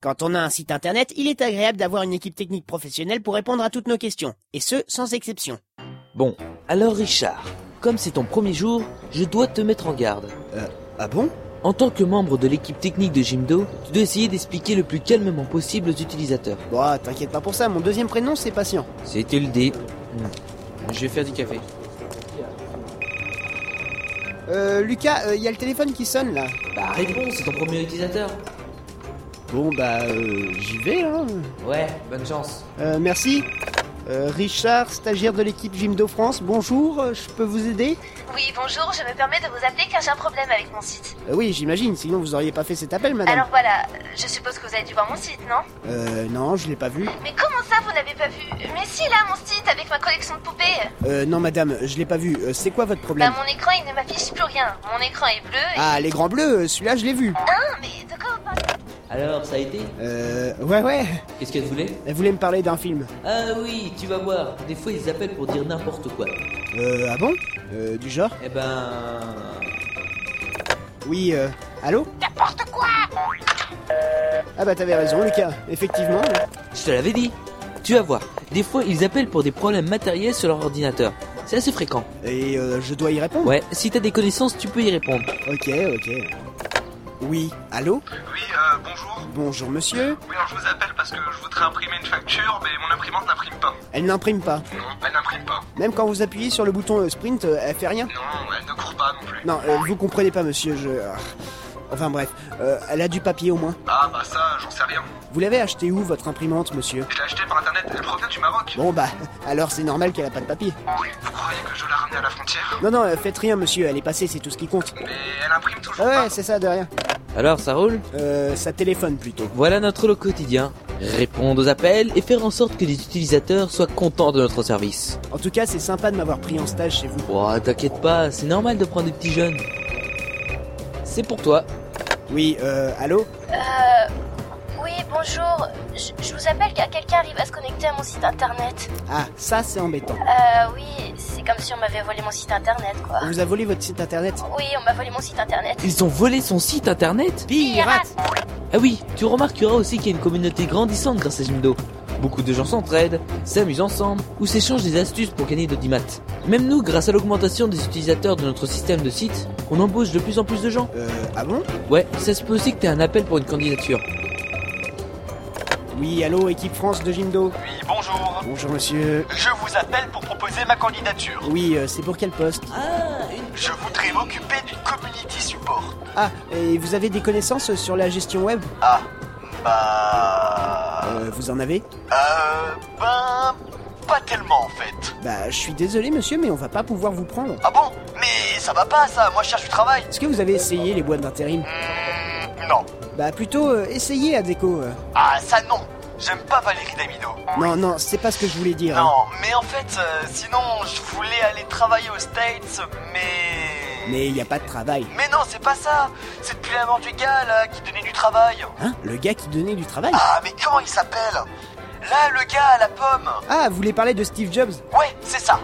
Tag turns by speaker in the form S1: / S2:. S1: Quand on a un site internet, il est agréable d'avoir une équipe technique professionnelle pour répondre à toutes nos questions, et ce, sans exception.
S2: Bon, alors Richard, comme c'est ton premier jour, je dois te mettre en garde.
S3: Ah bon
S2: En tant que membre de l'équipe technique de Jimdo, tu dois essayer d'expliquer le plus calmement possible aux utilisateurs.
S1: Bon, ah, t'inquiète pas pour ça, mon deuxième prénom c'est patient.
S2: C'était le dé. Je vais faire du café.
S1: Euh, Lucas, il y a le téléphone qui sonne là.
S2: Bah réponds, c'est ton premier utilisateur.
S3: Bon bah euh, j'y vais hein.
S2: Ouais, bonne chance.
S1: Euh, merci. Euh, Richard, stagiaire de l'équipe Jimdo France, bonjour, euh, je peux vous aider
S4: Oui, bonjour, je me permets de vous appeler car j'ai un problème avec mon site.
S1: Euh, Oui, j'imagine, sinon vous auriez pas fait cet appel, madame.
S4: Alors voilà, je suppose que vous avez dû voir mon site, non
S1: Euh, non, je l'ai pas vu.
S4: Mais comment ça, vous n'avez pas vu Mais si, là, mon site avec ma collection de poupées
S1: Euh, non, madame, je l'ai pas vu. Euh, c'est quoi votre
S4: Bah,
S1: problème
S4: mon écran, il ne m'affiche plus rien. Mon écran est bleu et...
S1: Ah, les grands bleus, euh, celui-là, je l'ai vu.
S4: Hein Mais de quoi vous parlez
S2: Alors, ça a été
S1: Euh, ouais, ouais.
S2: Qu'est-ce qu'elle voulait
S1: Elle voulait me parler d'un film.
S2: Ah oui, tu vas voir. Des fois, ils appellent pour dire n'importe quoi.
S1: Euh, ah bon Euh, du genre
S2: Eh ben...
S1: Oui, euh, allô N'importe quoi Ah bah t'avais raison, Lucas, effectivement.
S2: Je te l'avais dit. Tu vas voir. Des fois, ils appellent pour des problèmes matériels sur leur ordinateur. C'est assez fréquent.
S1: Et euh, je dois y répondre
S2: Ouais, si t'as des connaissances, tu peux y répondre.
S1: Ok, ok. Oui, allô
S5: Oui, euh, bonjour.
S1: Bonjour monsieur.
S5: Oui, alors je vous appelle parce que je voudrais imprimer une facture, mais mon imprimante n'imprime pas.
S1: Elle n'imprime pas.
S5: Non, elle n'imprime pas.
S1: Même quand vous appuyez sur le bouton euh, sprint, euh, elle fait rien.
S5: Non, elle ne court pas non plus.
S1: Non, euh, vous comprenez pas monsieur, je... ah. Enfin bref, euh, elle a du papier au moins.
S5: Ah bah ça, j'en sais rien.
S1: Vous l'avez acheté où votre imprimante monsieur
S5: Je l'ai achetée par internet, elle provient du Maroc.
S1: Bon bah, alors c'est normal qu'elle a pas de papier.
S5: Vous croyez que je la ramenée à la frontière
S1: Non, non, euh, faites rien monsieur, elle est passée, c'est tout ce qui compte.
S5: Mais elle imprime toujours
S1: Ah
S5: pas.
S1: ouais, c'est ça, de rien.
S2: Alors, ça roule
S1: Euh, ça téléphone plutôt.
S2: Voilà notre lot quotidien. Répondre aux appels et faire en sorte que les utilisateurs soient contents de notre service.
S1: En tout cas, c'est sympa de m'avoir pris en stage chez vous.
S2: Oh, t'inquiète pas, c'est normal de prendre des petits jeunes. C'est pour toi.
S1: Oui, euh, allô
S4: Euh... Oui, bonjour. Je, je vous appelle car quelqu'un arrive à se connecter à mon site internet.
S1: Ah, ça c'est embêtant.
S4: Euh, oui, c'est comme si on m'avait volé mon site internet, quoi.
S1: On vous a volé votre site internet
S4: Oui, on m'a volé mon site internet.
S2: Ils ont volé son site internet
S1: Pirate
S2: Ah oui, tu remarqueras aussi qu'il y a une communauté grandissante grâce à Jimdo. Beaucoup de gens s'entraident, s'amusent ensemble ou s'échangent des astuces pour gagner d'audimat. Même nous, grâce à l'augmentation des utilisateurs de notre système de site, on embauche de plus en plus de gens.
S1: Euh, ah bon
S2: Ouais, ça se peut aussi que t'aies un appel pour une candidature.
S1: Oui, allô, équipe France de Jimdo.
S6: Oui, bonjour.
S1: Bonjour monsieur.
S6: Je vous appelle pour proposer ma candidature.
S1: Oui, euh, c'est pour quel poste
S2: Ah,
S6: Je voudrais m'occuper du community support.
S1: Ah, et vous avez des connaissances sur la gestion web
S6: Ah, bah...
S1: Euh, vous en avez
S6: Euh, ben... Pas tellement en fait.
S1: Bah, je suis désolé monsieur, mais on va pas pouvoir vous prendre.
S6: Ah bon Mais ça va pas ça, moi je cherche du travail.
S1: Est-ce que vous avez essayé les boîtes d'intérim
S6: Hmm, non.
S1: Bah, plutôt euh, essayez à déco.
S6: Ah ça non. J'aime pas Valérie Damido.
S1: Non, non, c'est pas ce que je voulais dire. hein.
S6: Non, mais en fait, euh, sinon je voulais aller travailler aux States, mais...
S1: Mais y a pas de travail.
S6: Mais non, c'est pas ça. C'est depuis la mort du gars là qui donnait du travail.
S1: Hein Le gars qui donnait du travail
S6: Ah, mais comment il s'appelle Là, le gars à la pomme.
S1: Ah, vous voulez parler de Steve Jobs
S6: Ouais, c'est ça.